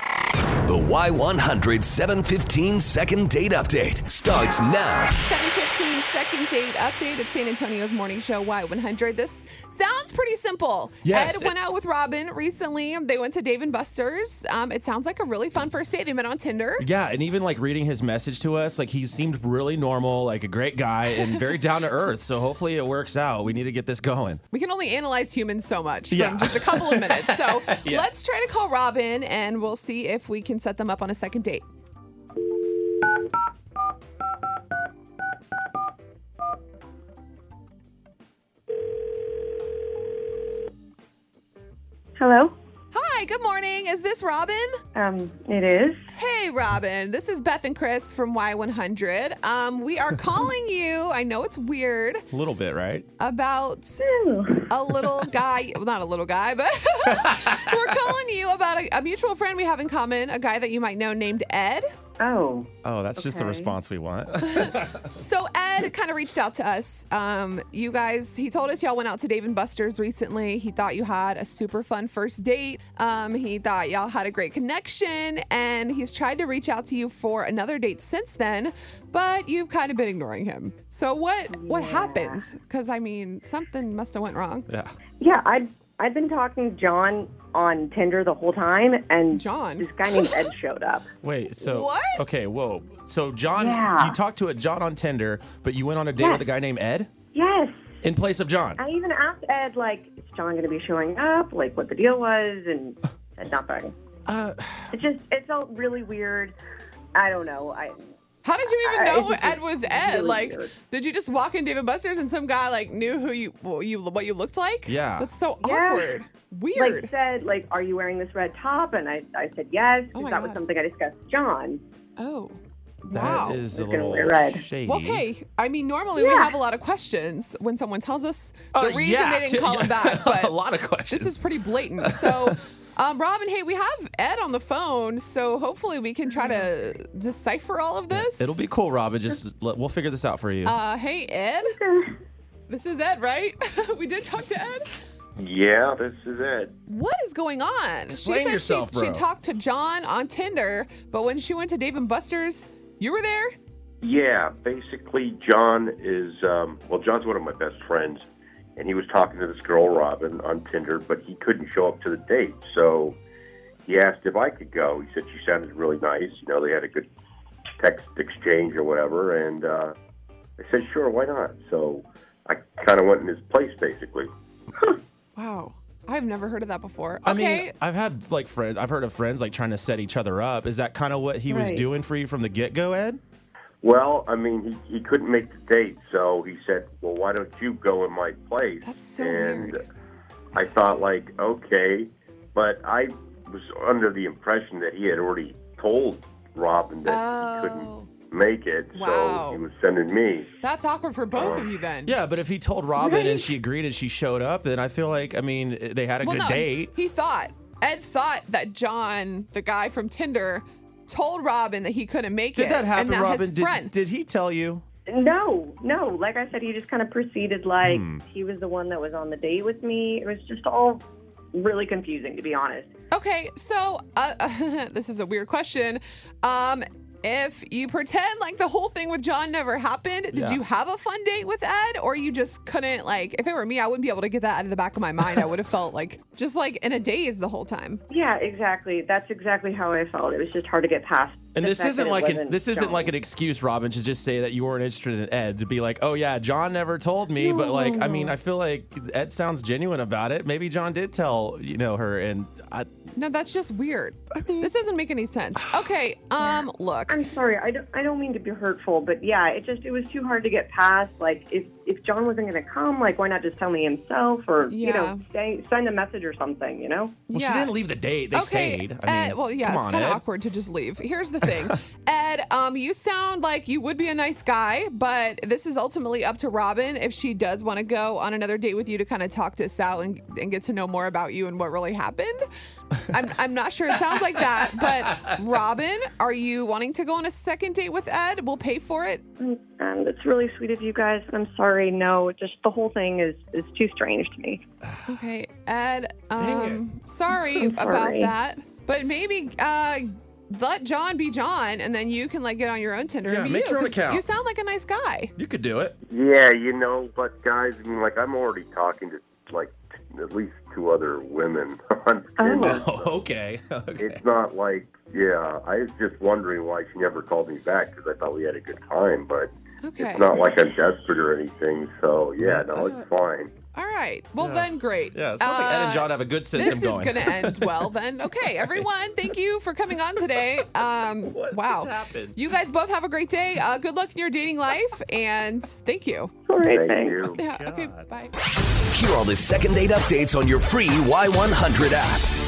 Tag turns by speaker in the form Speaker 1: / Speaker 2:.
Speaker 1: The Y100 715 second date update starts now.
Speaker 2: 715 second date update at San Antonio's morning show Y100. This sounds pretty simple.
Speaker 3: Yes.
Speaker 2: Ed went out with Robin recently. They went to Dave and Buster's. Um, it sounds like a really fun first date. They met on Tinder.
Speaker 3: Yeah, and even like reading his message to us, like he seemed really normal, like a great guy, and very down to earth. So hopefully it works out. We need to get this going.
Speaker 2: We can only analyze humans so much from
Speaker 3: Yeah.
Speaker 2: just a couple of minutes. So
Speaker 3: Yeah.
Speaker 2: let's try to call Robin and we'll see if we can set them up on a second date.
Speaker 4: Hello.
Speaker 2: Hi, good morning. Is this Robin?
Speaker 4: Um, it is.
Speaker 2: Hey, Robin. This is Beth and Chris from Y100. Um, we are calling you. I know it's weird
Speaker 3: A little bit, right?
Speaker 2: about
Speaker 4: Ooh.
Speaker 2: a little guy, well, not a little guy, but we're calling you about a, a mutual friend we have in common, a guy that you might know named Ed.
Speaker 4: Oh.
Speaker 3: Oh, that's just the
Speaker 4: Okay.
Speaker 3: response we want.
Speaker 2: So Ed kind of reached out to us. Um, you guys, he told us y'all went out to Dave and Buster's recently. He thought you had a super fun first date. Um, he thought y'all had a great connection, and he's tried to reach out to you for another date since then, but you've kind of been ignoring him. So what what happens? Because I mean, something must have went wrong.
Speaker 3: yeah.
Speaker 4: Yeah, I'd I'd been talking to John on Tinder the whole time, and
Speaker 2: John?
Speaker 4: this guy named Ed showed up.
Speaker 3: Wait, so
Speaker 2: What?
Speaker 3: Okay, whoa. So John
Speaker 4: Yeah.
Speaker 3: you talked to a John on Tinder, but you went on a date with a guy named Ed
Speaker 4: Yes.
Speaker 3: in place of John.
Speaker 4: I even asked Ed like, is John going to be showing up? Like, what the deal was, and said nothing.
Speaker 3: Uh,
Speaker 4: It just it felt really weird. I don't know. I
Speaker 2: How did you even
Speaker 4: I- I
Speaker 2: know
Speaker 4: think
Speaker 2: Ed
Speaker 4: it's
Speaker 2: was Ed?
Speaker 4: really
Speaker 2: like,
Speaker 4: weird.
Speaker 2: did you just walk in David Buster's and some guy like knew who you well, you what you looked like?
Speaker 3: Yeah.
Speaker 2: that's so
Speaker 4: Yeah.
Speaker 2: awkward, weird.
Speaker 4: like said like, are you wearing this red top? And I I said yes
Speaker 2: Oh
Speaker 4: because
Speaker 2: my
Speaker 4: that was
Speaker 2: God.
Speaker 4: something I discussed. with John.
Speaker 2: oh, wow.
Speaker 3: that is a
Speaker 4: It's gonna
Speaker 3: little
Speaker 4: be red.
Speaker 3: shady.
Speaker 2: well, hey, I mean, normally we
Speaker 4: Yeah.
Speaker 2: have a lot of questions when someone tells us the
Speaker 3: Uh,
Speaker 2: reason
Speaker 3: yeah,
Speaker 2: they didn't
Speaker 3: t-
Speaker 2: call him back,
Speaker 3: a
Speaker 2: but
Speaker 3: lot of questions.
Speaker 2: this is pretty blatant. So, um, Robin, hey, we have Ed on the phone, so hopefully we can try to
Speaker 4: Mm.
Speaker 2: decipher all of this.
Speaker 3: It'll be cool, Robin. Just let, we'll figure this out for you.
Speaker 2: Uh, hey, Ed. This is Ed, right? we did talk to Ed.
Speaker 5: Yeah, this is it.
Speaker 2: What is going on?
Speaker 3: Explain
Speaker 2: she said
Speaker 3: yourself,
Speaker 2: she, she
Speaker 3: bro.
Speaker 2: talked to John on Tinder, but when she went to Dave and Buster's, you were there?
Speaker 5: Yeah, basically, John is, um, well, John's one of my best friends, and he was talking to this girl, Robin, on Tinder, but he couldn't show up to the date. So he asked if I could go. He said she sounded really nice. You know, they had a good text exchange or whatever, and uh, I said, sure, why not? So I kind of went in his place, basically.
Speaker 2: Wow. I've never heard of that before.
Speaker 3: I
Speaker 2: okay.
Speaker 3: mean, I've had like friends. I've heard of friends like trying to set each other up. Is that kind of what he was
Speaker 4: Right.
Speaker 3: doing for you from the get go, Ed?
Speaker 5: Well, I mean, he, he couldn't make the date, so he said, "Well, why don't you go in my place?"
Speaker 2: That's so
Speaker 5: and
Speaker 2: weird.
Speaker 5: I thought, like, okay, but I was under the impression that he had already told Robin that
Speaker 2: Oh.
Speaker 5: he couldn't make it,
Speaker 2: Wow.
Speaker 5: so he was sending me.
Speaker 2: That's awkward for both of you then.
Speaker 3: Yeah, but if he told Robin and she agreed and she showed up, then I feel like I mean eh, they had a
Speaker 2: Well,
Speaker 3: good
Speaker 2: no,
Speaker 3: date.
Speaker 2: He, he thought, Ed thought that John, the guy from Tinder, told Robin that he couldn't make it.
Speaker 3: Did that happen,
Speaker 2: and that
Speaker 3: Robin?
Speaker 2: His friend.
Speaker 3: Did, did he tell you?
Speaker 4: No, no. Like I said, he just kind of proceeded like
Speaker 3: Hmm.
Speaker 4: he was the one that was on the date with me. It was just all really confusing, to be honest.
Speaker 2: okay, so uh, this is a weird question. Um, if you pretend like the whole thing with John never happened, did
Speaker 3: Yeah.
Speaker 2: you have a fun date with Ed, or you just couldn't? Like, if it were me, I wouldn't be able to get that out of the back of my mind. I would have felt like just like in a daze the whole time.
Speaker 4: Yeah, exactly. That's exactly how I felt. It was just hard to get past.
Speaker 3: And
Speaker 4: the
Speaker 3: this
Speaker 4: fact
Speaker 3: isn't
Speaker 4: that it
Speaker 3: like an
Speaker 4: wasn't
Speaker 3: this isn't
Speaker 4: John.
Speaker 3: like an excuse, Robin, to just say that you weren't interested in Ed. To be like, oh yeah, John never told me, but like I mean I feel like Ed sounds genuine about it. Maybe John did tell you know her, and I,
Speaker 2: No, that's just weird. this doesn't make any sense. Okay, um, look.
Speaker 4: I'm sorry. I don't. I don't mean to be hurtful, but yeah, it just it was too hard to get past. Like if if John wasn't going to come, like why not just tell me himself or you know say, send a message or something, you know?
Speaker 3: well
Speaker 2: Yeah.
Speaker 3: she didn't leave the date. They stayed. I mean,
Speaker 2: Ed, well, yeah,
Speaker 3: come
Speaker 2: it's
Speaker 3: on,
Speaker 2: kind of
Speaker 3: Ed.
Speaker 2: awkward to just leave. Here's the thing, Ed. Um, you sound like you would be a nice guy, but this is ultimately up to Robin if she does want to go on another date with you to kind of talk this out and, and get to know more about you and what really happened. I'm, I'm not sure. It sounds like that, but Robin, are you wanting to go on a second date with Ed? We'll pay for it.
Speaker 4: And it's really sweet of you guys. I'm sorry. No, just the whole thing is is too strange to me.
Speaker 2: Okay, Ed.
Speaker 3: Dang it.
Speaker 2: Um, sorry,
Speaker 4: I'm
Speaker 2: about
Speaker 4: sorry.
Speaker 2: that. But maybe uh, let John be John, and then you can like get on your own Tinder. and
Speaker 3: Yeah,
Speaker 2: be
Speaker 3: make
Speaker 2: you,
Speaker 3: your own
Speaker 2: 'cause
Speaker 3: account.
Speaker 2: You sound like a nice guy.
Speaker 3: You could do it.
Speaker 5: Yeah, you know, but guys, I mean, like I'm already talking to like t- at least two other women on Tinder.
Speaker 3: Oh, okay. okay.
Speaker 5: It's not like, yeah, I was just wondering why she never called me back because I thought we had a good time, but
Speaker 2: Okay.
Speaker 5: it's not like I'm desperate or anything. So yeah, no, it's fine.
Speaker 2: All right. Well,
Speaker 3: Yeah.
Speaker 2: then great.
Speaker 3: Yeah, it sounds like Ed and John have a good system
Speaker 2: Uh, This
Speaker 3: going.
Speaker 2: is going to end well then. Okay, everyone, thank you for coming on today. Um,
Speaker 3: What
Speaker 2: wow.
Speaker 3: just happened?
Speaker 2: You guys both have a great day. Uh, good luck in your dating life, and thank you.
Speaker 4: All right,
Speaker 5: Thank
Speaker 4: thanks.
Speaker 5: you.
Speaker 2: Yeah, okay, bye.
Speaker 1: Hear all the second date updates on your free Y100 app.